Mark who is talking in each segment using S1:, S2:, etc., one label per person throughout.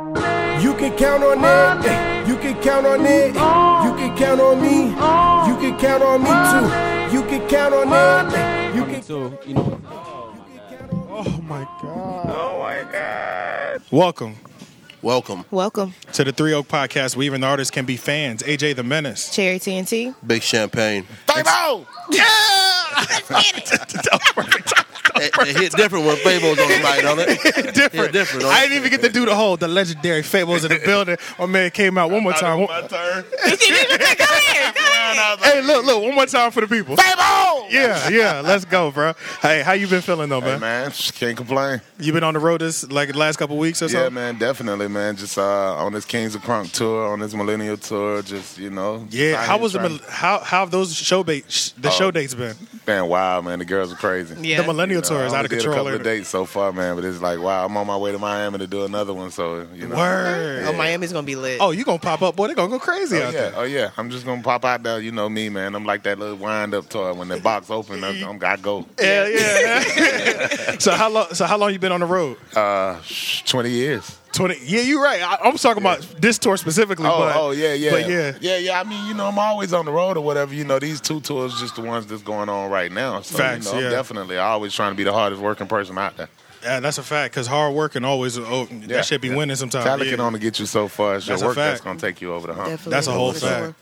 S1: You can count on it. You can count on it. You can count on me. You can count on me too. You can count on it. You can.
S2: So, you know,
S3: Oh my god.
S1: Oh my God.
S3: Welcome
S4: Welcome,
S5: Welcome,
S3: to the Three Oak Podcast. We even artists can be fans. AJ the Menace.
S5: Cherry TNT.
S4: Big Champagne.
S1: Fabo.
S4: It, it hit different when Fabo's on the mic, don't it?
S3: different.
S4: Hit different, huh?
S3: I didn't even get to do the whole the legendary fables in the building. My man came out one more time.
S6: My turn.
S3: Hey, look, look, one more time for the people.
S6: Fable!
S3: Yeah, yeah, let's go, bro. Hey, how you been feeling though,
S6: Hey,
S3: man?
S6: man, can't complain.
S3: You been on the road this like the last couple weeks or
S6: Yeah,
S3: something?
S6: man, definitely, man. Just uh, on this Kings of Crunk tour, on this Millennial tour, just you know.
S3: Yeah,
S6: out
S3: how
S6: here
S3: was the
S6: trying-
S3: mil- how how have those show ba- sh- the show dates been?
S6: Man, wow, man, the girls are crazy.
S5: Yeah.
S3: The millennial
S6: You know,
S3: tour is
S6: I
S3: out
S6: only
S3: of
S6: did
S3: control.
S6: A couple of
S3: ain't it?
S6: dates so far, man, but it's like wow, I'm on my way to Miami to do another one. So you know.
S3: Word.
S5: Oh, Miami's gonna be lit.
S3: Oh, you gonna pop up, boy? They gonna go crazy
S6: Oh
S3: out
S6: yeah,
S3: there.
S6: oh yeah. I'm just gonna pop out there. You know me, man. I'm like that little wind up toy. When the box open, I'm, I'm I go.
S3: Yeah, yeah. so how long? So how long you been on the road?
S6: Uh, sh- twenty years.
S3: Twenty. Yeah, you're right. I, I'm talking about this tour specifically.
S6: Oh,
S3: but,
S6: oh yeah, yeah,
S3: But yeah,
S6: yeah, yeah. I mean, you know, I'm always on the road or whatever. You know, these two tours just the ones that's going on right now. So,
S3: Facts,
S6: You know, I'm
S3: yeah.
S6: definitely always trying to be the hardest working person out there.
S3: yeah, that's a fact. Cause hard work and always oh,
S6: Yeah,
S3: that should be
S6: yeah.
S3: winning sometimes.
S6: Talent
S3: Oh, yeah.
S6: can only get you so far. It's your
S3: That's a
S6: work that's
S3: fact.
S6: gonna take you over the hump.
S5: Definitely.
S3: That's a whole
S5: For sure.
S3: fact.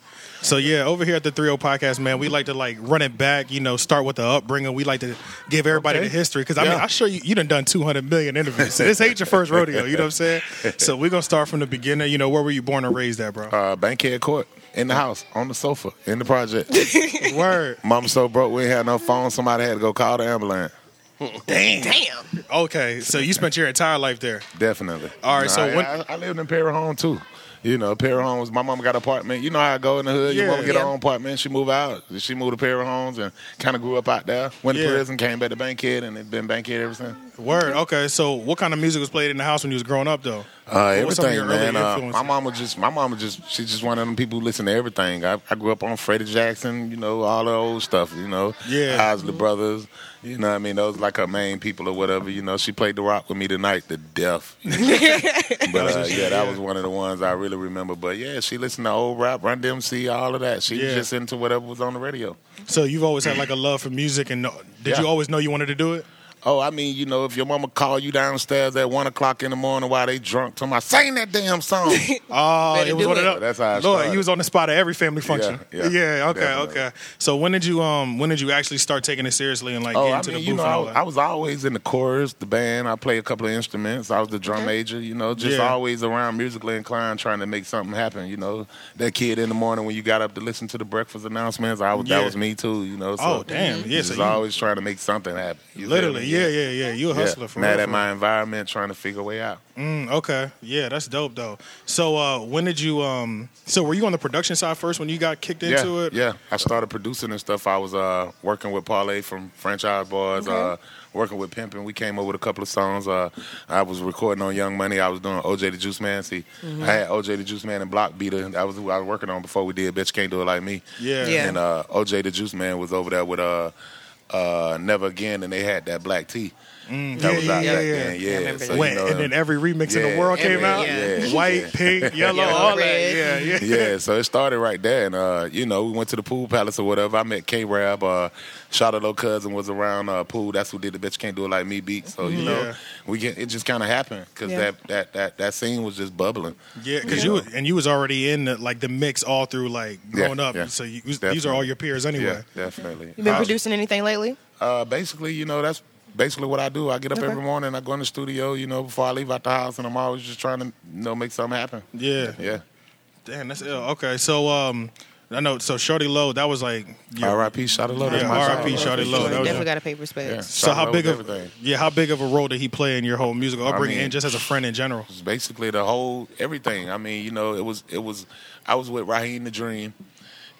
S3: So yeah, over here at the 30 podcast, man, we like to like run it back, you know, start with the upbringing. We like to give everybody the history cuz I mean,
S6: Yeah.
S3: I sure you you done done 200 million interviews. So this ain't your first rodeo, you know what I'm saying? So we're going to start from the beginning, you know, where were you born and raised at, bro?
S6: Uh, Bankhead Court in the house on the sofa in the project.
S3: Word.
S6: Mama so broke we ain't had no phone. Somebody had to go call the ambulance.
S5: Damn.
S3: Okay, so you spent your entire life there.
S6: Definitely.
S3: All right,
S6: No,
S3: so
S6: I,
S3: when-
S6: I, I lived in Perry Home too. You know, Perry Homes. My mom got an apartment. You know how I go in the hood. Your
S3: Yeah.
S6: mom get
S5: Yeah.
S6: her own apartment. She moved out. She moved to Perry Homes and kind of grew up out there. Went
S3: Yeah.
S6: to prison, came back to Bankhead, and it's been Bankhead ever since.
S3: Word. Okay, so what kind of music was played in the house when you was growing up though?
S6: Uh,
S3: What was some of
S6: everything,
S3: your
S6: man.
S3: early
S6: Uh,
S3: influences?
S6: my mama just, my mama just, she's just one of them people who listen to everything. I, I grew up on Freddie Jackson, you know, all the old stuff, you know.
S3: Yeah.
S6: Isley Brothers, you know what I mean? Those like her main people or whatever, you know. She played the rock with me tonight, the death. but uh, yeah, that was one of the ones I really remember. But yeah, she listened to old rap, Run DMC, all of that. She was
S3: Yeah.
S6: just into whatever was on the radio.
S3: So you've always had like a love for music and no- did
S6: Yeah.
S3: you always know you wanted to do it?
S6: Oh, I mean, you know, if your mama call you downstairs at one o'clock in the morning while they drunk, tell 'em I sing that damn song.
S3: Oh,
S5: Better
S3: it was
S5: do
S3: one
S5: it.
S3: of them.
S6: That's how I
S3: Lord,
S6: started.
S3: you was on the spot at every family function. Yeah,
S6: yeah,
S3: okay,
S6: definitely.
S3: okay. So when did you um when did you actually start taking it seriously and like
S6: Oh,
S3: get
S6: I
S3: into
S6: mean,
S3: the
S6: you
S3: booth
S6: know,
S3: and
S6: I
S3: all
S6: was,
S3: that?
S6: I was always in the chorus, the band. I played a couple of instruments. I was the drum major. You know, just
S3: Yeah.
S6: always around musically inclined, trying to make something happen. You know, that kid in the morning when you got up to listen to the breakfast announcements, I was,
S3: Yeah.
S6: that was me too. You know, so
S3: Oh, damn. Yeah,
S6: just
S3: so you-
S6: always trying to make something happen. You feel
S3: Literally,
S6: me?
S3: yeah, yeah, yeah. You a hustler for
S6: Mad
S3: real.
S6: at
S3: for
S6: my
S3: real.
S6: environment, trying to figure a way out.
S3: Mm, okay, yeah, that's dope though. So uh, when did you um? So were you on the production side first when you got kicked
S6: yeah,
S3: into it?
S6: Yeah, I started producing and stuff. I was uh, working with Parlay from Franchise Boys, uh, working with Pimpin. We came up with a couple of songs. Uh, I was recording on Young Money. I was doing OJ the Juice Man. See,
S3: Mm-hmm.
S6: I had OJ the Juice Man and Block Beater. That was who I was working on before we did Bitch Can't Do It Like Me.
S3: Yeah.
S5: Yeah.
S6: And uh, OJ the Juice Man was over there with uh, uh, Never Again, and they had that black tea. that
S3: Mm. yeah,
S6: was out
S3: yeah,
S6: back
S3: yeah.
S6: then. Yeah.
S5: I remember
S6: so,
S5: that.
S6: you
S3: When,
S6: know,
S3: and then every remix in the
S6: yeah,
S3: world came
S5: every-
S3: out.
S5: yeah.
S3: White, pink, yellow, all
S5: red.
S3: that. Yeah, yeah.
S6: yeah, so it started right there, and uh, you know, we went to the pool palace or whatever. I met K Rab, uh, shout out little cousin was around uh, pool. That's who did the bitch can't do it like me beat. So you
S3: Mm-hmm. Yeah.
S6: know, we get it just kind of happened because
S5: Yeah.
S6: that, that that that scene was just bubbling.
S3: Yeah, because you was- and you was already in the, like the mix all through like
S6: Yeah,
S3: growing up.
S6: yeah.
S3: So you, these
S6: Definitely.
S3: are all your peers anyway.
S6: Yeah, definitely.
S5: You been
S6: Uh,
S5: producing anything lately?
S6: Uh, basically, you know, that's basically what I do. I get up every morning, I go in the studio, you know, before I leave out the house, and I'm always just trying to, you know, make something happen.
S3: Yeah.
S6: Yeah.
S3: Damn, that's ill. Okay, so um, I know. So Shorty Low, that was like your-
S6: R.I.P. Shot it low. That's
S3: Yeah,
S6: my
S3: R.I.P.
S6: song.
S3: Shawty Low. That was
S5: Definitely
S3: your-
S5: got a paper space.
S3: So
S6: Shawty
S3: how
S6: Low
S3: big
S6: was
S3: of
S6: everything.
S3: yeah, how big of a role did he play in your whole musical upbringing
S6: mean-
S3: and just as a friend in general?
S6: was basically the whole everything. I mean, you know, it was it was I was with Raheem the Dream,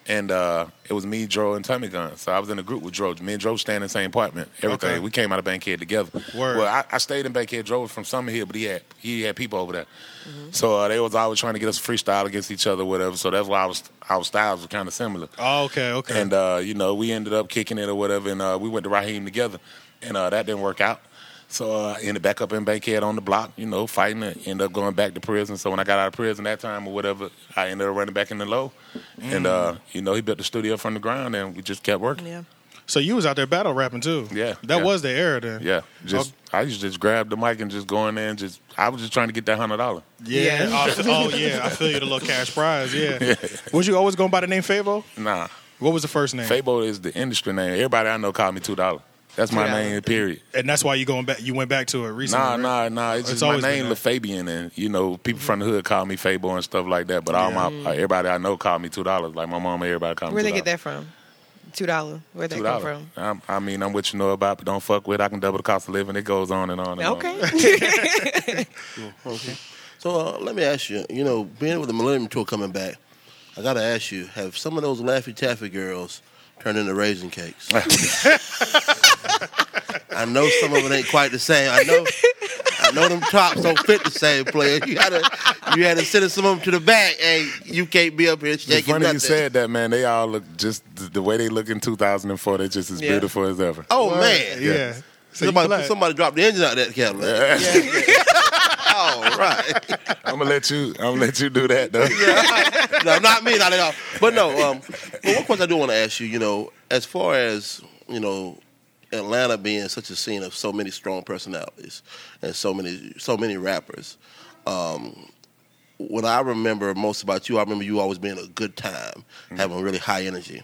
S6: and uh, it was me, Dro, and Tommy Gun. So I was in a group with Dro. Me and Dro staying in the same apartment. Everything.
S3: Okay.
S6: We came out of Bankhead together.
S3: Word.
S6: Well, I, I stayed in Bankhead. Dro was from Summer Hill, but he had he had people over there.
S3: Mm-hmm.
S6: So uh, they was always trying to get us freestyle against each other, whatever. So that's why I was, our styles were kind of similar.
S3: Oh, okay, okay.
S6: And uh, you know, we ended up kicking it or whatever, and uh, we went to Raheem together, and uh, that uh, didn't work out. So uh, I ended back up in Bankhead on the block, you know, fighting. And ended up going back to prison. So when I got out of prison that time or whatever, I ended up running back in the low. And uh, you know, he built the studio from the ground, and we just kept working.
S5: Yeah.
S3: So you was out there battle rapping too.
S6: Yeah,
S3: That
S6: yeah.
S3: was the era then.
S6: Yeah, just I used to just grab the mic and just go in there and just I was just trying to get that hundred dollar.
S3: Yeah. oh, oh, yeah. I feel you. The little cash prize. Yeah. Was you always going by the name Favo?
S6: Nah,
S3: What was the first name?
S6: Fable is the industry name. Everybody I know called me two dollar. That's my
S5: $2.
S6: name. Period.
S3: and that's why you going back. You went back to it recently.
S6: Nah,
S3: right?
S6: nah, nah. It's,
S3: It's
S6: just my
S3: always been
S6: name,
S3: that.
S6: LaFabian, and you know, people from the hood call me Fable and stuff like that. But all my uh, everybody I know called me two dollars. Like my mom, and everybody called me.
S5: Where they
S6: $2.
S5: get that from? Two dollar. Where they
S6: Two
S5: come
S6: dollars.
S5: from?
S6: I'm- I mean, I'm what you know about, but don't fuck with. I can double the cost of living. It goes on and on. And
S5: Okay.
S6: On.
S4: Okay. So uh, let me ask you, you know, being with the Millennium Tour coming back, I got to ask you, have some of those Laffy Taffy girls turned into raisin cakes? I know some of it ain't quite the same. I know I know them tops don't fit the same player. You had to you had to send some of them to the back. Hey, you can't be up here
S6: It's
S4: shaking
S6: funny
S4: nothing.
S6: you said that, man. They all look just th- the way they look in 2004. They're just as
S5: Yeah.
S6: beautiful as ever.
S4: oh
S3: Word.
S4: man.
S3: Yeah. So you
S4: somebody,
S3: black.
S4: somebody dropped the engine out of that Cadillac. All right.
S6: I'm gonna let you. I'm gonna let you do that though.
S4: no, not me, not at all. But no, um, but one question I do want to ask you, you know, as far as you know, Atlanta being such a scene of so many strong personalities and so many so many rappers, um, what I remember most about you, I remember you always being a good time,
S6: Mm-hmm.
S4: having really high energy.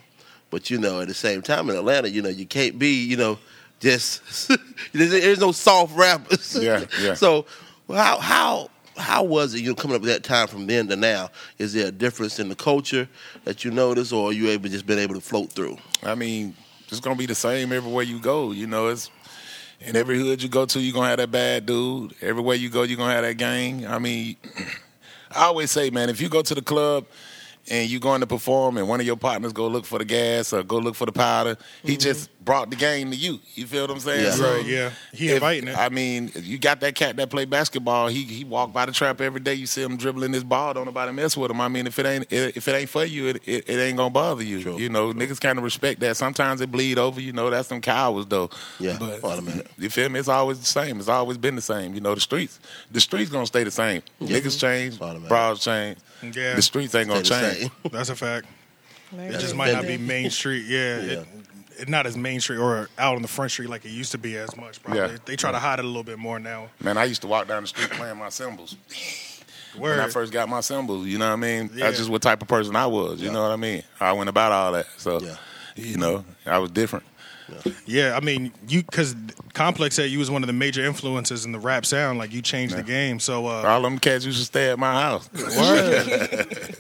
S4: But you know, at the same time in Atlanta, you know, you can't be, you know, just there's, there's no soft rappers.
S6: Yeah, yeah.
S4: So how how how was it you know, coming up with that time from then to now? Is there a difference in the culture that you notice, or are you able just been able to float through?
S6: I mean, it's gonna be the same everywhere you go. You know, it's in every hood you go to, you're gonna have that bad dude. Everywhere you go, you're gonna have that gang. I mean, I always say, man, if you go to the club and you going to perform and one of your partners go look for the gas or go look for the powder, he just brought the gang to you. You feel what I'm saying?
S4: Mm-hmm. Yeah.
S3: Right, yeah. He inviting it.
S6: I mean, if you got that cat that play basketball. He he walk by the trap every day. You see him dribbling his ball. Don't nobody mess with him. I mean, if it ain't if it ain't for you, it it, it ain't gonna bother you. You know, niggas kind of respect that. Sometimes it bleed over. You know, that's some cowards though.
S4: Yeah.
S6: but
S4: Wait a minute.
S6: you feel me? It's always the same. It's always been the same. You know, the streets the streets gonna stay the same. Niggas change,
S4: Mm-hmm. Wait a minute.
S6: bras change.
S3: Yeah.
S6: The streets ain't gonna
S4: Stay the
S6: change.
S4: same.
S3: That's a fact.
S5: Maybe.
S3: It just might not be Main Street. Yeah.
S4: Yeah.
S3: It, it not as Main Street or out on the front street like it used to be as much. Probably.
S6: Yeah.
S3: They try to hide it a little bit more now.
S6: Man, I used to walk down the street playing my cymbals.
S3: Word.
S6: when I first got my symbols. You know what I mean?
S3: Yeah.
S6: That's just what type of person I was. You know what I mean? I went about all that. So,
S4: Yeah.
S6: you know, I was different.
S3: Yeah, I mean, you because Complex said you was one of the major influences in the rap sound. Like you changed the game. So, uh,
S6: All them cats used to stay at my house.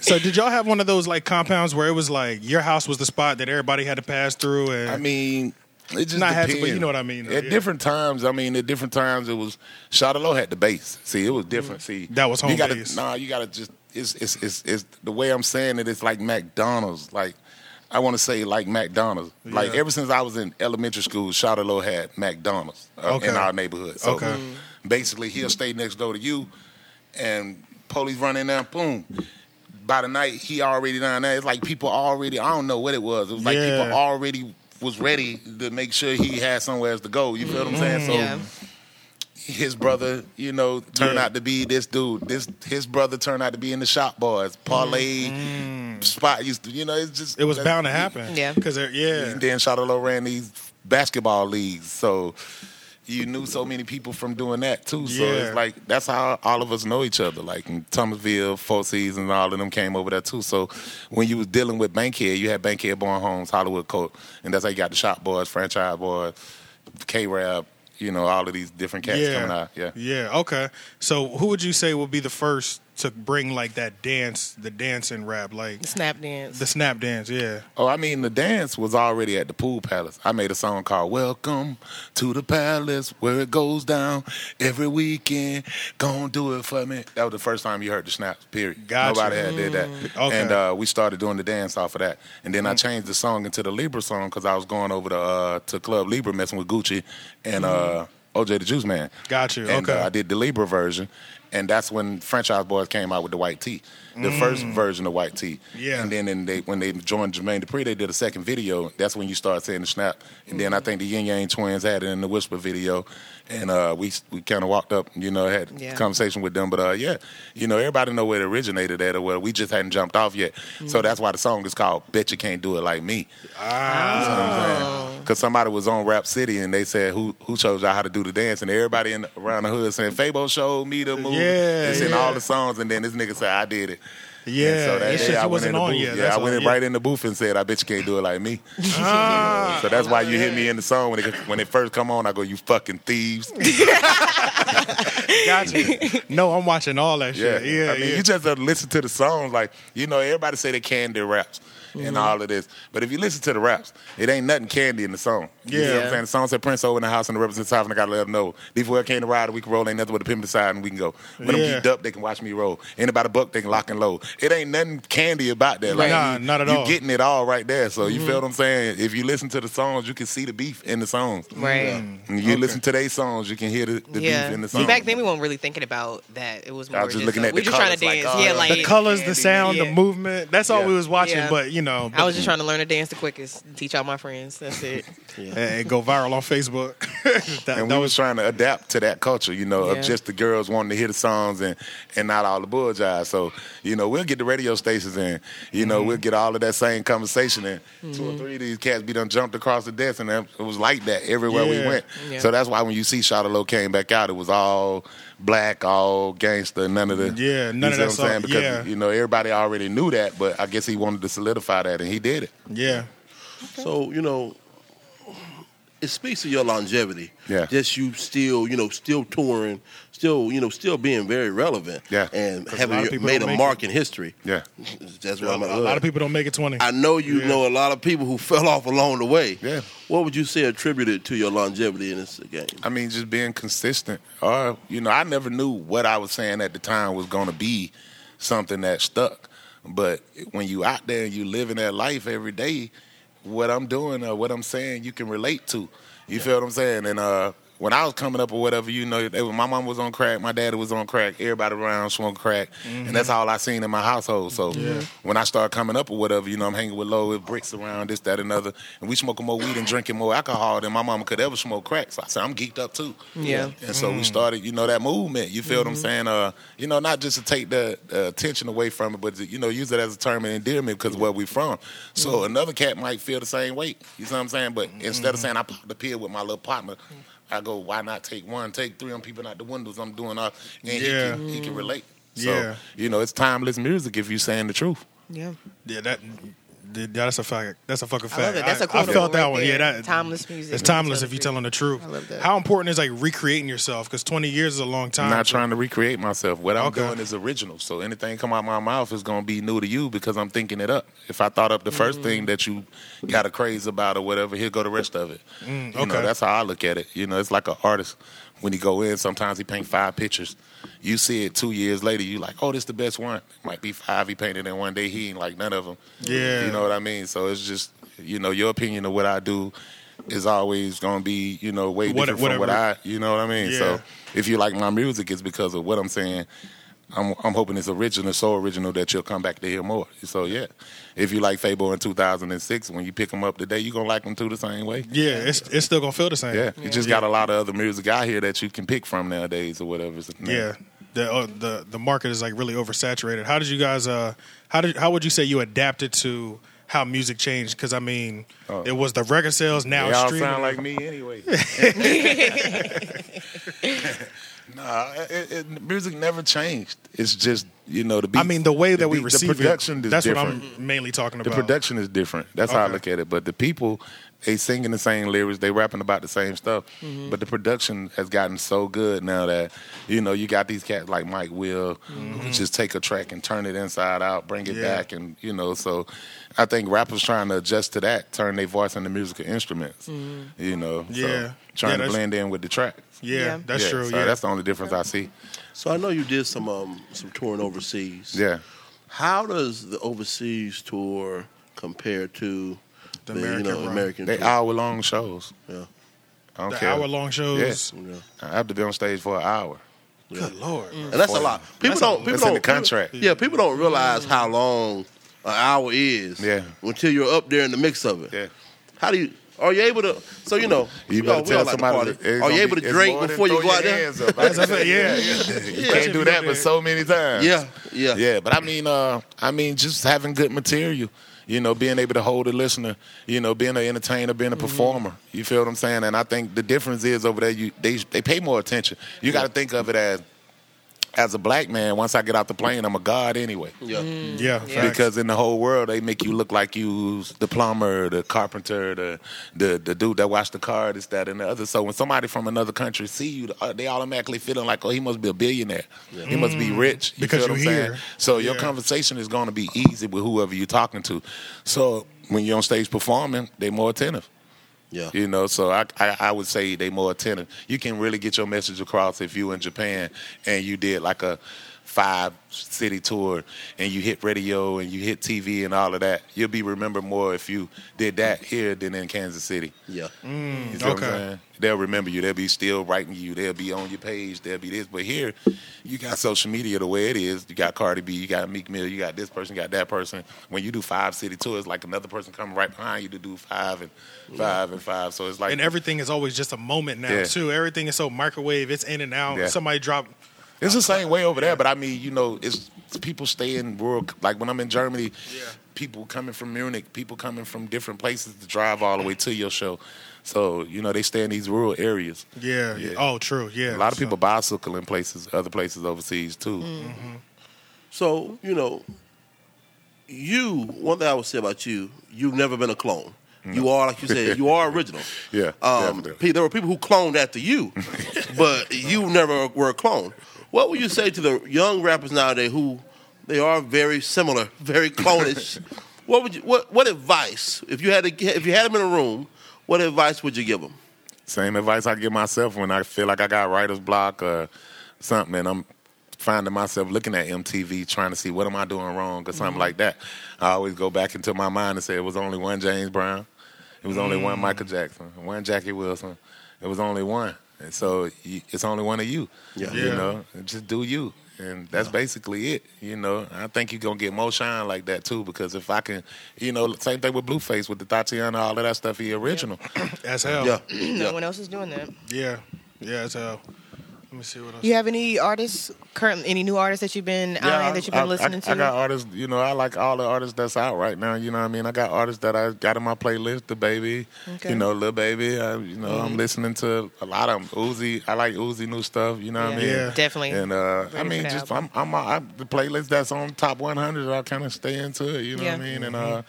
S3: so did y'all have one of those like compounds where it was like your house was the spot that everybody had to pass through? And
S6: I mean, it just
S3: Not had to,
S6: depends.
S3: but you know what I mean, though,
S6: At
S3: yeah.
S6: different times, I mean, at different times, it was Shadalow had the bass. See, it was different. See,
S3: Mm. That was home
S6: you gotta,
S3: base.
S6: Nah, you gotta just. It's, it's it's it's the way I'm saying it. It's like McDonald's. Like I want to say like McDonald's. Like
S3: Yeah.
S6: ever since I was in elementary school, Shadalow had McDonald's uh,
S3: Okay.
S6: in our neighborhood. So
S3: Okay. Mm.
S6: basically, he'll stay next door to you, and police run in there, boom. By the night, he already down there. It's like people already. I don't know what it was. It was like
S3: Yeah.
S6: people already was ready to make sure he had somewhere else to go. You feel what I'm saying? So
S5: Yeah.
S6: his brother, you know, turned
S3: Yeah.
S6: out to be this dude. This his brother turned out to be in the shop boys. Parlay spot used to, you know, it's just
S3: Mm-hmm. it was
S6: that's-
S3: bound to happen.
S5: Yeah.
S3: because yeah,
S6: And then Shadalow ran these basketball leagues, so you knew so many people from doing that too. So
S3: Yeah.
S6: it's like that's how all of us know each other. Like in Thomasville, Four Seasons, all of them came over there too. So when you was dealing with Bankhead, you had Bankhead Born Homes, Hollywood Coat, and that's how you got the Shop Boys, Franchise Boys, K Rap, you know, all of these different cats
S3: yeah,
S6: coming out. Yeah.
S3: Okay, so who would you say would be the first to bring like that dance, the dance and rap, like
S5: Snap dance.
S3: the snap dance? Yeah,
S6: Oh, I mean, the dance was already at the pool palace. I made a song called Welcome to the Palace, where it goes down every weekend. Gonna do it for me. That was the first time you heard the snaps, period.
S3: Gotcha. Mm,
S6: Nobody had did that.
S3: okay. Mm.
S6: And uh, we started doing the dance off of that. And then I changed the song into the Libra song because I was going over to, uh, to Club Libra messing with Gucci and uh, OJ the Juice Man.
S3: Got you,
S6: And,
S3: Mm. okay.
S6: uh, I did the Libra version, and that's when Franchise Boys came out with the white tee, the first version of white tee.
S3: Mm. Yeah.
S6: And then and they when they joined Jermaine Dupri, they did a second video. That's when you start seeing the snap. And then
S3: Mm-hmm.
S6: I think the Yin Yang Twins had it in the Whisper video, and uh, we we kind of walked up, you know, had
S5: Yeah.
S6: conversation with them. But uh, yeah, you know, everybody know where it originated at, or where we just hadn't jumped off yet.
S3: Mm-hmm.
S6: So that's why the song is called "Bet You Can't Do It Like Me."
S3: Ah, Oh.
S6: Because somebody was on Rap City and they said, "Who who showed y'all how to do the dance?" And everybody in around the hood saying, "Fabo showed me the move."
S3: Yeah,
S6: it's in
S3: yeah.
S6: all the songs, and then this nigga said, "I did it."
S3: Yeah,
S6: And so that
S3: that
S6: day
S3: shit
S6: I
S3: you
S6: went in
S3: wasn't
S6: the
S3: on
S6: booth.
S3: yet.
S6: Yeah,
S3: That's
S6: I went
S3: all-
S6: in
S3: yeah.
S6: right in the booth and said, "I bet you can't do it like me."
S3: Ah.
S6: so that's why you hear me in the song when it when it first come on. I go, "You fucking thieves!"
S3: Gotcha. no, I'm watching all that
S6: Yeah,
S3: shit. Yeah,
S6: I mean,
S3: yeah.
S6: you just have to listen to the songs. Like you know, everybody say they candy raps
S3: Mm-hmm.
S6: and all of this, but if you listen to the raps, it ain't nothing candy in the song. You know what I'm
S2: Yeah.
S6: saying? The song said Prince over in the house and the represents house, and I gotta let them know. These boy can't ride, we can roll. Ain't nothing but a pimp decide, and we can go. When
S3: Yeah.
S6: I'm geeked up, they can watch me roll. Ain't about a buck, they can lock and load. It ain't nothing candy about that. Like
S3: Nah,
S6: you-
S3: not at
S6: you
S3: all. Mm-hmm.
S6: getting it all right there. So you feel what I'm saying? If you listen to the songs, you can see the beef in the songs.
S5: Right.
S6: And you listen to their songs, you can hear the, the beef in the
S5: See,
S6: songs.
S5: back then we weren't really thinking about that. It was more
S6: I was just looking
S5: uh,
S6: at
S5: we
S6: the
S5: just trying to
S6: colours, like,
S5: dance.
S6: oh,
S5: yeah,
S6: the
S5: like
S3: the colors, the
S6: Candy,
S3: sound,
S5: yeah.
S3: the movement. That's all
S6: Yeah.
S3: we was watching.
S5: Yeah.
S3: But you know,
S5: I was just trying to learn to dance the quickest and teach all my friends. That's it.
S3: and go viral on Facebook. that,
S6: and
S3: that
S6: we
S3: was
S6: was trying to adapt to that culture, you know,
S5: Yeah.
S6: of just the girls wanting to hear the songs and and not all the bull jive. So, you know, we'll get the radio stations in, you know,
S3: Mm-hmm.
S6: we'll get all of that same conversation and two or three of these cats be done jumped across the desk and it was like that everywhere
S3: Yeah.
S6: we went.
S5: Yeah.
S6: So that's why when you see Shotta Low came back out, it was all black, all gangster, none of the
S3: Yeah, none
S6: you
S3: of that
S6: see what I'm
S3: song-
S6: saying? Because
S3: yeah.
S6: you know, everybody already knew that, but I guess he wanted to solidify that and he did it.
S3: yeah.
S4: So you know, it speaks to your longevity.
S6: Yeah.
S4: Just you still, you know, still touring, still, you know, still being very relevant.
S6: Yeah.
S4: And
S3: 'Cause a lot of
S4: having
S3: people
S4: made
S3: don't
S4: a
S3: make
S4: mark in history.
S6: Yeah.
S4: That's why
S3: A
S4: I'm at.
S3: lot of people don't make it twenty.
S4: I know you know a lot of people who fell off along the way.
S6: Yeah.
S4: What would you say attributed to your longevity in this game?
S6: I mean, just being consistent. Or you know, I never knew what I was saying at the time was going to be something that stuck. But when you out there and you living that life every day, what I'm doing or what I'm saying, you can relate to. You feel what I'm saying? And uh, when I was coming up or whatever, you know, they, my mom was on crack, my daddy was on crack, everybody around was on crack, and that's all I seen in my household. So when I started coming up or whatever, you know, I'm hanging with low with bricks around this, that, and other, and we smoking more weed and drinking more alcohol than my mama could ever smoke crack. So I said, I'm geeked up too.
S5: Yeah.
S6: And so
S3: Mm-hmm.
S6: we started, you know, that movement. You feel what I'm saying? Uh, you know, not just to take the uh, attention away from it, but to, you know, use it as a term of endearment because where we from. So
S3: Mm-hmm.
S6: another cat might feel the same way. You see what I'm saying? But instead of saying I pop the pill with my little partner. I go, why not take one, take three? I'm peeping out the windows. I'm doing all, and he,
S3: Yeah. Mm-hmm.
S6: can, he can relate. So,
S3: Yeah.
S6: you know, it's timeless music if you saying the truth.
S5: Yeah.
S3: Yeah, that. th- That's a fact. That's a fucking
S5: I
S3: fact.
S5: love that. That's a
S3: I
S5: quotable
S3: felt that
S5: right
S3: one.
S5: there.
S3: Yeah, that
S5: Timeless
S3: It's
S5: music when you tell
S3: timeless
S5: the
S3: if you're
S5: truth.
S3: telling the truth.
S5: I love that.
S3: How important is like recreating yourself? Because 20 years is a long time.
S6: I'm not trying to recreate myself. What I'm
S3: Okay.
S6: doing is original. So anything come out my mouth is gonna be new to you because I'm thinking it up. If I thought up the
S3: Mm.
S6: first thing that you got a craze about or whatever, here go the rest of it. You know,
S3: Mm, okay.
S6: that's how I look at it. You know, it's like an artist. When he go in, sometimes he paint five pictures. You see it two years later, you like, oh, this the best one. Might be five he painted in one day. He ain't like none of them.
S3: Yeah.
S6: you know what I mean. So it's just, you know, your opinion of what I do is always gonna be, you know, way
S3: What-
S6: different from what
S3: whatever-
S6: I, you know what I mean.
S3: Yeah.
S6: So if you like my music, it's because of what I'm saying. I'm, I'm hoping it's original, so original that you'll come back to hear more. So yeah, if you like Fabo in 2006, when you pick them up today, you're gonna like them too the same way.
S3: Yeah, it's it's still gonna feel the same.
S6: Yeah, you just got a lot of other music out here that you can pick from nowadays or whatever. So,
S3: Yeah. The uh, the the market is like really oversaturated. How did you guys uh how did how would you say you adapted to how music changed? Because I mean,
S6: Oh.
S3: it was the record sales now
S6: They all
S3: streaming.
S6: sound like me anyway. nah, it, it, music never changed. It's just you know the beat.
S3: I mean, the way that
S6: the
S3: we
S6: beat-
S3: receive
S6: the production
S3: it.
S6: is
S3: that's
S6: different.
S3: what I'm mainly talking
S6: the
S3: about.
S6: production is different. That's how I
S3: Okay.
S6: look at it. But the people, they singing the same lyrics, they rapping about the same stuff.
S3: Mm-hmm.
S6: But the production has gotten so good now that you know you got these cats like Mike Will, who just take a track and turn it inside out, bring it
S3: Mm-hmm. Yeah.
S6: back, and you know. So I think rappers trying to adjust to that, turn their voice into musical instruments. You know, So
S3: Mm-hmm. Yeah. Yeah,
S6: trying to
S3: that's-
S6: blend in with the track.
S3: Yeah,
S5: Yeah.
S3: that's true.
S6: so
S3: yeah,
S6: that's the only difference I see.
S4: So I know you did some um, some touring overseas.
S6: Yeah.
S4: How does the overseas tour compare to the,
S3: The American
S4: you know,
S3: run.
S4: American
S6: They
S4: tour?
S6: hour long shows.
S4: Yeah.
S6: I don't
S3: the
S6: care.
S3: hour long shows.
S4: Yeah.
S6: I have to be on stage for an hour.
S3: Good lord.
S4: And that's a
S6: Forty.
S4: lot. People
S3: That's a-
S4: don't. People
S6: that's in
S4: don't,
S6: the contract.
S4: People, yeah, people don't realize how long an hour is.
S6: Yeah.
S4: Until you're up there in the mix of it.
S6: Yeah.
S4: How do you? Are you able to? So you know, we
S6: You better
S4: all- we
S6: tell
S4: all like to
S6: somebody.
S4: party.
S6: that it's
S4: Are you
S6: gonna
S4: able
S6: be-
S4: to
S6: it's
S4: drink
S6: more than
S4: before you
S6: throw
S4: go out
S6: your
S4: there?
S6: hands up.
S3: That's- that's- yeah,
S6: You
S3: yeah.
S6: can't do that but so many times.
S4: Yeah, yeah.
S6: Yeah, but I mean, uh, I mean, just having good material. You know, being able to hold a listener. You know, being an entertainer, being a
S4: Mm-hmm.
S6: performer. You feel what I'm saying? And I think the difference is over there. You they they pay more attention. You got to think of it as as a black man. Once I get out the plane, I'm a god anyway.
S4: Yeah.
S3: Yeah,
S5: Yeah.
S3: facts.
S6: Because in the whole world, they make you look like you the plumber, the carpenter, the the, the dude that washed the car, this, that, and the other. So when somebody from another country see you, uh, they automatically feeling like, oh, he must be a billionaire. He must be rich.
S3: Mm.
S6: You
S3: Because
S6: feel what
S3: you're
S6: I'm
S3: here.
S6: saying? So your
S3: Yeah.
S6: conversation is going to be easy with whoever you're talking to. So when you're on stage performing, they more attentive.
S4: Yeah.
S6: You know, so I, I I would say they more attentive. You can really get your message across if you in Japan and you did like a five city tour and you hit radio and you hit TV and all of that. You'll be remembered more if you did that here than in Kansas City.
S4: Yeah.
S6: You see what I'm
S3: okay.
S6: saying? They'll remember you. They'll be still writing you. They'll be on your page. They'll be this. But here, you got social media the way it is. You got Cardi B. You got Meek Mill. You got this person. You got that person. When you do five city tours, like another person coming right behind you to do five and five and five. So it's like
S3: and everything is always just a moment now
S6: Yeah.
S3: too. Everything is so microwave. It's in and out.
S6: Yeah.
S3: Somebody drop.
S6: It's the same way over there, but I mean, you know, it's people stay in rural. Like when I'm in Germany, people coming from Munich, people coming from different places to drive all the way to your show. So you know, they stay in these rural areas.
S3: Yeah.
S6: Yeah.
S3: Oh, true. Yeah.
S6: A lot of
S3: So-
S6: people bicycle in places, other places overseas too.
S4: So you know, you. One thing I would say about you, you've never been a clone. You are, like you said, you are original.
S6: Yeah,
S4: Um,
S6: definitely.
S4: pe- there were people who cloned after you, but you never were a clone. What would you say to the young rappers nowadays who they are very similar, very clonish? what would you, what what advice if you had to, if you had them in a room? What advice would you give them?
S6: Same advice I give myself when I feel like I got writer's block or something, and I'm finding myself looking at MTV trying to see what am I doing wrong or something like that. I always go back into my mind and say it was only one James Brown, it was only one Michael Jackson, one Jackie Wilson, it was only one, and so you, it's only one of you.
S4: Yeah.
S6: you
S3: Yeah.
S6: know, just do you. And that's basically it, you know. I think you're gonna get more shine like that too, because if I can, you know, same thing with Blueface with the Tatiana, all of that stuff, he original.
S3: as hell.
S4: Yeah,
S3: Yeah.
S5: No
S4: yeah.
S5: one else is doing that.
S3: Yeah. as hell. Let me see what else.
S5: You have any artists currently? Any new artists that you've been
S6: Yeah,
S5: eyeing that you've been
S6: I,
S5: listening
S6: I,
S5: to?
S6: I got artists, you know, I like all the artists that's out right now. You know what I mean? I got artists that I got in my playlist, the baby,
S5: Okay. Mm-hmm.
S6: you know, little baby. I, you know, I'm listening to a lot of 'em. Uzi. I like Uzi new stuff. You know what I mean?
S3: Yeah.
S5: definitely.
S6: And uh, I
S5: Very
S6: mean,
S5: good
S6: just
S5: album.
S6: I'm, I'm, i the playlist that's on top 100. I kind of stay into it. You know
S5: Yeah. Mm-hmm.
S6: what I mean? And uh,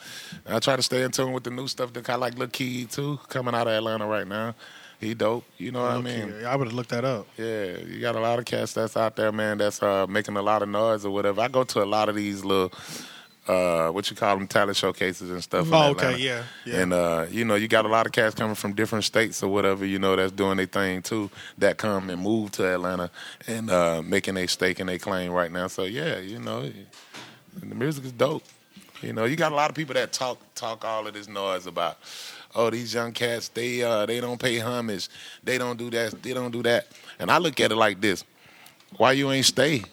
S6: I try to stay in tune with the new stuff that I like. Lil Key too, coming out of Atlanta right now. He dope. You know what I mean?
S3: I would have looked that up.
S6: Yeah, you got a lot of cats that's out there, man. That's uh, making a lot of noise or whatever. I go to a lot of these little, uh, what you call them, talent showcases and stuff. in
S3: Oh, okay,
S6: Atlanta.
S3: yeah, yeah.
S6: And uh, you know, you got a lot of cats coming from different states or whatever. You know, that's doing their thing too. That come and move to Atlanta and uh, making a stake and they claim right now. So yeah, you know, and the music is dope. You know, you got a lot of people that talk talk all of this noise about, oh, these young cats, they uh, they don't pay homage, they don't do that, they don't do that. And I look at it like this: why you ain't stay?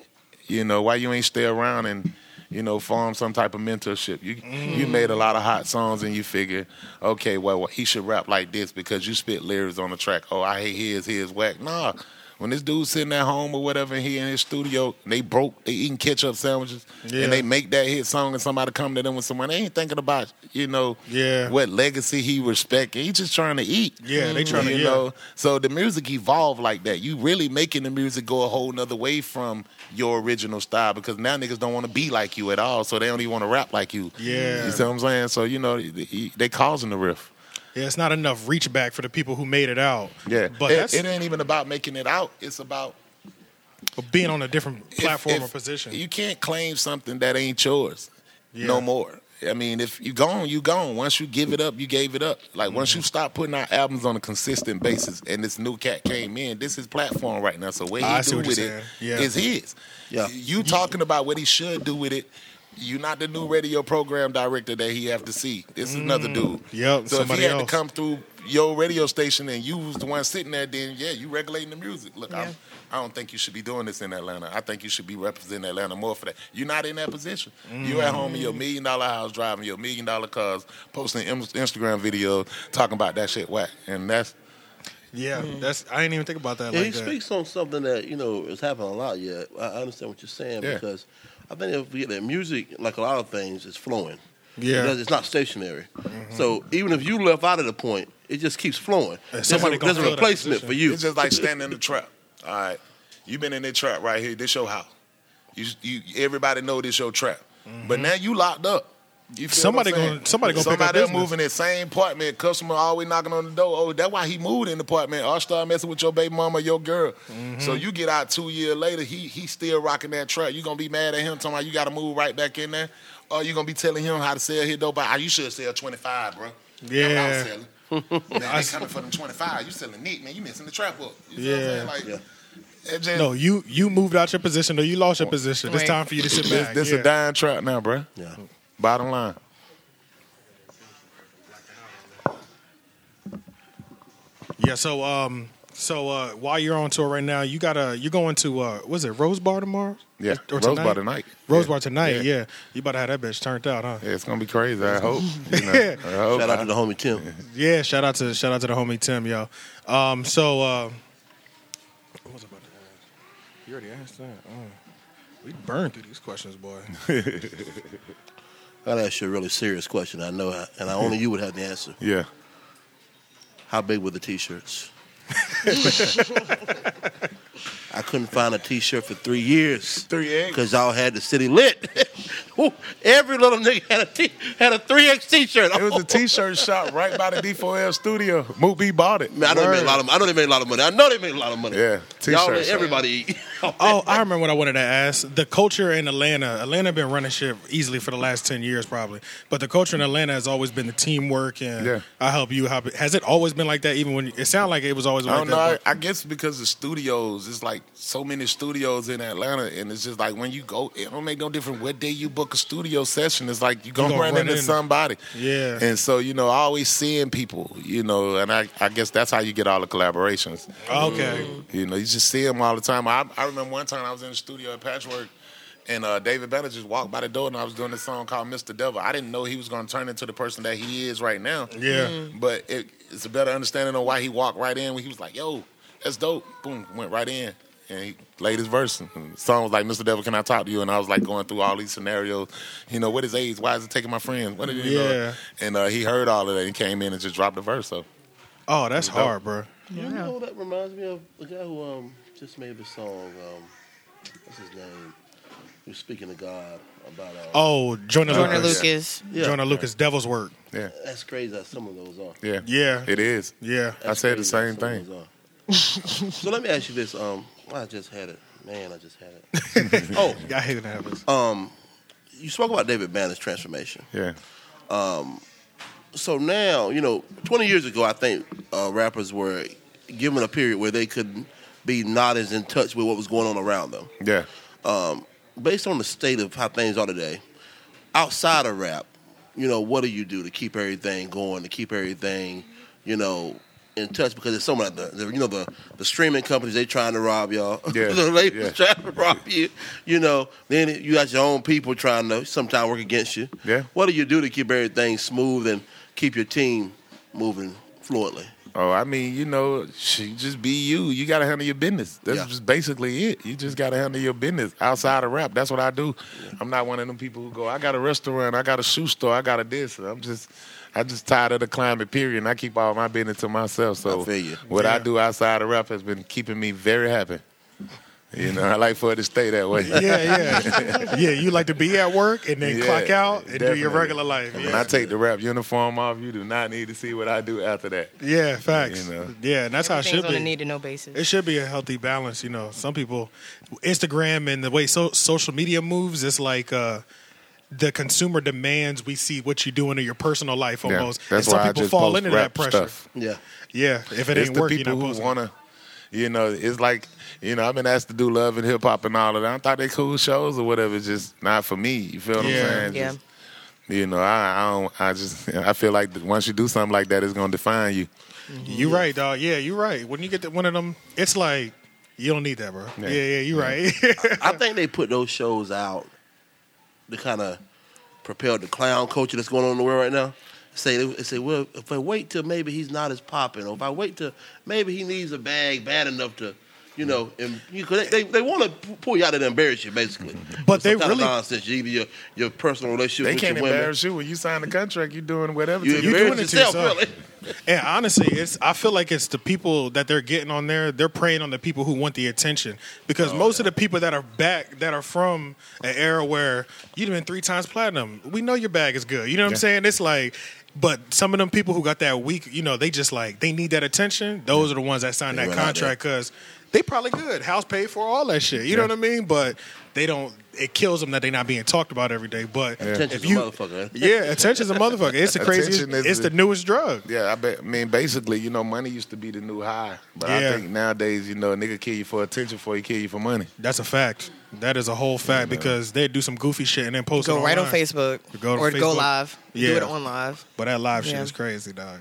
S6: You know, why you ain't stay around and you know form some type of mentorship? You you
S3: Mm.
S6: made a lot of hot songs and you figure, okay, well, well, he should rap like this because you spit lyrics on the track. Oh, I hate his, his whack. Nah. When this dude sitting at home or whatever, and he in his studio, and they broke, they eating ketchup sandwiches,
S3: Yeah.
S6: and they make that hit song, and somebody come to them with someone, they ain't thinking about, you know,
S3: Yeah.
S6: what legacy he respect. He just trying to eat.
S3: Yeah, they trying to-
S6: You
S3: yeah.
S6: know, so the music evolved like that. You really making the music go a whole nother way from your original style because now niggas don't want to be like you at all, so they don't even want to rap like you.
S3: Yeah.
S6: you see what I'm saying? So you know, they, they causing the riff.
S3: Yeah, it's not enough reach back for the people who made it out.
S6: Yeah,
S3: But
S6: it,
S3: that's
S6: it ain't even about making it out. It's about
S3: but being on a different
S6: if-
S3: platform
S6: if
S3: or position.
S6: You can't claim something that ain't yours
S3: Yeah.
S6: no more. I mean, if you gone, you gone. Once you give it up, you gave it up. Like once
S3: Mm-hmm.
S6: you stop putting out albums on a consistent basis, and this new cat came in, this is platform right now. So what he
S3: I see
S6: do
S3: what
S6: with
S3: you're
S6: it
S3: saying. Yeah.
S6: is his.
S4: Yeah.
S6: You talking about what he should do with it? you not the new radio program director that he have to see. This is another dude.
S3: Yep,
S6: So if he
S3: Mm. somebody
S6: had to
S3: else.
S6: come through your radio station and you was the one sitting there, then yeah, you regulating the music. Look, I'm-
S5: Yeah.
S6: I don't think you should be doing this in Atlanta. I think you should be representing Atlanta more for that. You're not in that position. You're at home in your million dollar house, driving your million dollar cars, posting Im- Instagram videos, talking about that shit whack, and that's
S3: Yeah, that's I didn't even think about that.
S4: Yeah,
S3: like
S4: he
S3: that.
S4: speaks on something that you know is happening a lot. Yet I I understand what you're saying
S6: Yeah.
S4: because I think if we get that music, like a lot of things, is flowing.
S3: Yeah. Mm-hmm.
S4: Because it's not stationary. So even if you left out of the point, it just keeps flowing. There's a,
S3: somebody gonna
S4: there's a
S3: fill that
S4: replacement
S3: position.
S4: for you.
S6: It's just like standing in the trap. All right, you been in the trap right here. This your house. You, you everybody know this your trap. But now you locked up. You feel
S3: Mm-hmm. Somebody
S6: what I'm saying?
S3: gonna- somebody gonna pick up
S6: somebody else
S3: business.
S6: moving that same apartment. Customer always knocking on the door. Oh, that's why he moved in the apartment. Or start messing with your baby mama, your girl.
S3: Mm-hmm.
S6: So you get out two years later. He he still rocking that trap. You gonna be mad at him? Talking about you got to move right back in there. Or you gonna be telling him how to sell his dope? Ah, You should sell twenty five, bro. That's what I was
S3: Yeah.
S6: selling. Now they coming for them twenty five. You selling Nick, man. You missing the trap up. You see
S3: Yeah.
S6: what I'm saying? Like, it just,
S3: No, you you moved out your position or you lost your position. It's
S5: Right.
S3: time for you to sit
S6: this,
S3: back.
S6: this
S3: yeah.
S6: a dying trap now, bruh.
S4: Yeah.
S6: Bottom line.
S3: Yeah, so um so uh while you're on tour right now, you gotta you're going to uh was it Rose Bar tomorrow?
S6: Yeah.
S3: Or
S6: Rose Bar tonight.
S3: Rose
S6: Yeah.
S3: Bar tonight,
S6: Yeah.
S3: yeah. You about to have that bitch turned out, huh?
S6: Yeah, it's gonna be crazy. I hope. You know, I hope.
S4: Shout out to the homie Tim.
S3: Yeah, shout out to shout out to the homie Tim, yo. Um so uh what was I about to ask? You already asked that. Oh. We burned through these questions, boy.
S4: I'll ask you a really serious question. I know, and I, only you would have the answer.
S6: yeah.
S4: How big were the t-shirts? I couldn't find a t-shirt for three years.
S6: Three eggs.
S4: Because y'all had the city lit. Woo, Every little nigga had a t- had a three X t shirt.
S6: It was a T-shirt shop right by the D4L studio. Moobie bought it.
S4: Man, I know they made a lot of. I know they made a lot of money. I know they made a lot of money.
S6: Yeah,
S4: y'all
S6: t-shirt
S4: let
S6: shop.
S4: everybody eat.
S3: oh, I remember what I wanted to ask. The culture in Atlanta, Atlanta been running shit easily for the last ten years, probably. But the culture in Atlanta has always been the teamwork and
S6: Yeah.
S3: I help you. Help. Has it always been like that? Even when it sounded like it was always
S6: I
S3: like
S6: don't
S3: that.
S6: know. I,
S3: but-
S6: I guess because the studios, it's like so many studios in Atlanta, and it's just like when you go, it don't make no difference what day you book a studio session. It's like you gonna,
S3: gonna
S6: run,
S3: run
S6: into
S3: into-
S6: somebody.
S3: Yeah.
S6: And so you know, always seeing people, you know, and I, I guess that's how you get all the collaborations.
S3: Oh, okay.
S6: You know, you just see them all the time. I, I remember one time I was in the studio at Patchwork, and uh, David Banner just walked by the door, and I was doing this song called "Mr. Devil." I didn't know he was going to turn into the person that he is right now.
S3: Yeah. Mhm.
S6: but it, it's a better understanding of why he walked right in when he was like, "Yo, that's dope." Boom, went right in. And he laid his verse. And the song was like, Mr. Devil, can I talk to you? And I was like going through all these scenarios. You know, what is AIDS? Why is it taking my friends? What did he
S3: Yeah.
S6: know? And uh, he heard all of that and came in and just dropped the verse. So
S3: Oh, that's hard, bro.
S4: You know that reminds me of the guy who um just made the song. Um, what's his name? Who's speaking to God about? Uh,
S3: Oh, Jonah
S5: Jordan
S3: Lucas.
S5: Lucas.
S4: Yeah.
S3: Jonah Lucas, Devil's Work.
S6: yeah,
S4: That's crazy how some of those are.
S6: yeah,
S3: Yeah.
S6: it is.
S3: Yeah.
S6: I said the
S4: That's crazy how some
S6: same thing.
S4: of those are. so let me ask you this. Um, I just had it. Man, I just had it. oh,
S3: I hate when that happens.
S6: Uh.
S4: um, you spoke about David Banner's transformation.
S6: Yeah.
S4: So now, you know, 20 years ago, I think uh, rappers were given a period where they could be not as in touch with what was going on around them.
S6: Yeah.
S4: Um, Based on the state of how things are today, outside of rap, you know, what do you do to keep everything going, to keep everything, you know, in touch? Because there's so many, the, the, you know, the, the streaming companies, they trying to rob y'all.
S6: Yeah,
S4: the labels
S6: yeah.
S4: trying to rob you. You know, then you got your own people trying to sometimes work against you.
S6: Yeah.
S4: What do you do to keep everything smooth and keep your team moving fluently?
S6: Oh, I mean, you know, she just be you. You gotta handle your business. That's
S4: Yeah.
S6: just basically it. You just gotta handle your business outside of rap. That's what I do. I'm not one of them people who go, I got a restaurant, I got a shoe store, I got a this. I'm just I just tired of the climate period and I keep all my business to myself. So
S4: I feel you.
S6: what
S3: Yeah.
S6: I do outside of rap has been keeping me very happy. You know, I like for it to stay that way.
S3: yeah, yeah. yeah, you like to be at work and then
S6: Yeah,
S3: clock out and do your
S6: definitely.
S3: regular life.
S6: And When
S3: Yeah.
S6: I take the rap uniform off, you do not need to see what I do after that.
S3: yeah, facts.
S6: You know.
S3: Yeah, and that's how it
S5: Everything's
S3: should
S5: on
S3: be.
S5: a need to know
S3: It
S5: basis.
S3: should be a healthy balance, you know. Some people, Instagram and the way so, social media moves, it's like uh, the consumer demands we see what you do in your personal life
S6: Yeah,
S3: almost.
S6: That's
S3: and some
S6: why I
S3: people
S6: just
S3: fall
S6: post
S3: into that
S6: rap
S3: pressure.
S6: Stuff.
S4: Yeah.
S3: Yeah, if it
S6: It's
S3: ain't
S6: the
S3: working,
S6: people
S3: you're not
S6: who
S3: posting.
S6: wanna. You know, it's like you know I've been asked to do love and hip hop and all of that. I thought they cool shows or whatever. It's just not for me. You feel what
S3: Yeah.
S6: I'm saying?
S5: Yeah.
S6: Just- you know, I, I don't. I just I feel like once you do something like that, it's gonna define you.
S3: You right, dog. Yeah, you right. When you get to one of them, it's like you don't need that, bro. Yeah,
S6: Yeah.
S3: yeah, you right.
S4: I think they put those shows out to kind of propel the clown culture that's going on in the world right now. Say they say, well, if I wait till maybe he's not as popping, or if I wait till maybe he needs a bag bad enough to, you know, and you cause they they, they want to pull you out and embarrass you basically.
S3: But
S4: With some
S3: they
S4: kind of
S3: really-
S4: nonsense. Either your your personal relationship
S6: They
S4: with
S6: can't
S4: your women.
S6: embarrass you when you sign the contract. You doing whatever.
S4: You
S6: to
S3: you're
S6: you.
S4: embarrass
S3: doing it to yourself.
S4: yourself, really.
S3: and honestly, it's I feel like it's the people that they're getting on there. They're preying on the people who want the attention
S4: Oh,
S3: because most of the people that are back that are from an era where you've been three times platinum. We know your bag is good. You know what I'm
S6: Yeah.
S3: saying? It's like. But some of them people who got that weak, you know, they just like they need that attention. Those are the ones that sign
S4: They
S3: that
S4: went out there.
S3: contract because they probably good. House paid for all that shit. You know what I mean? But they don't. It kills them that they're not being talked about every day. But
S4: Attention's
S3: if you,
S4: a motherfucker.
S3: yeah, attention's a motherfucker. It's the craziest.
S6: Attention is
S3: It's
S6: the-
S3: the newest drug.
S6: Yeah, I bet. I mean, basically, you know, money used to be the new high, but
S3: Yeah.
S6: I think nowadays, you know, a nigga kill you for attention before he kill you for money.
S3: That's a fact. That is a whole fact because they do some goofy shit and then post it
S5: Go right on
S3: online.
S5: Facebook
S3: Go to
S5: or go
S3: Facebook.
S5: live.
S3: Yeah.
S5: Do it on live.
S3: But that live shit
S5: Yeah.
S3: is crazy, dog.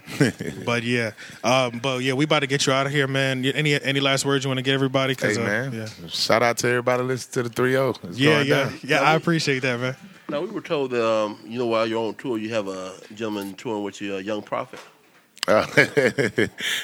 S3: but yeah, um, but yeah, we about to get you out of here, man. You- Any any last words you want to get everybody?
S6: Hey
S3: 'Cause, uh,
S6: man,
S3: yeah,
S6: shout out to everybody listening to the three O.
S3: yeah,
S6: going
S3: yeah,
S6: down. Oh,
S3: yeah. I appreciate that, man.
S4: Now we were told that um, you know while you're on tour, you have a gentleman touring with you, a young prophet.
S6: Uh,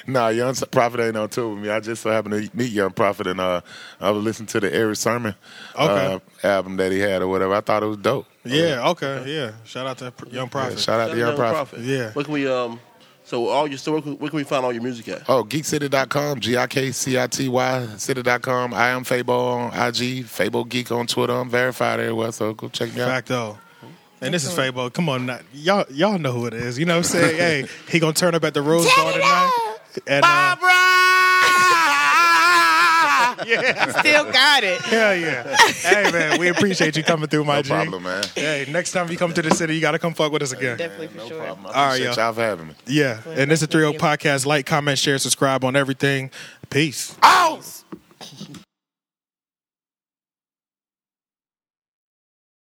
S6: nah, Young Prophet ain't on tour with me. I just so happened to meet Young Prophet, and uh, I was listening to the Eric Sermon uh,
S3: Okay.
S6: album that he had or whatever. I thought it was dope.
S3: Yeah, okay, yeah. Shout out to Pr- Young Prophet.
S6: shout out to Young Prophet.
S3: Yeah.
S4: What can we um? So all your so where can, where can we find all your music at?
S6: Oh, geekcity.com, G I K C I T Y, city.com. I am Fable on IG, Fable Geek on Twitter. I'm verified everywhere, so go check me out.
S3: Facto. And this is Fabo. Come on, now. y'all y'all know who it is. You know what I'm saying? hey, he gonna turn up at the Rose Garden tonight. And, uh,
S5: Still got it.
S3: hell yeah. Hey man, we appreciate you coming through, my
S6: No
S3: G.
S6: problem, man.
S3: Hey, next time you come to the city, you gotta come fuck with us again.
S5: Definitely for sure.
S6: Problem.
S3: All
S6: All
S3: right,
S6: right, y'all.
S3: y'all.
S6: for having me.
S3: Yeah. And this is
S5: Thank
S3: 30
S5: you.
S3: Podcast. Like, comment, share, subscribe on everything. Peace.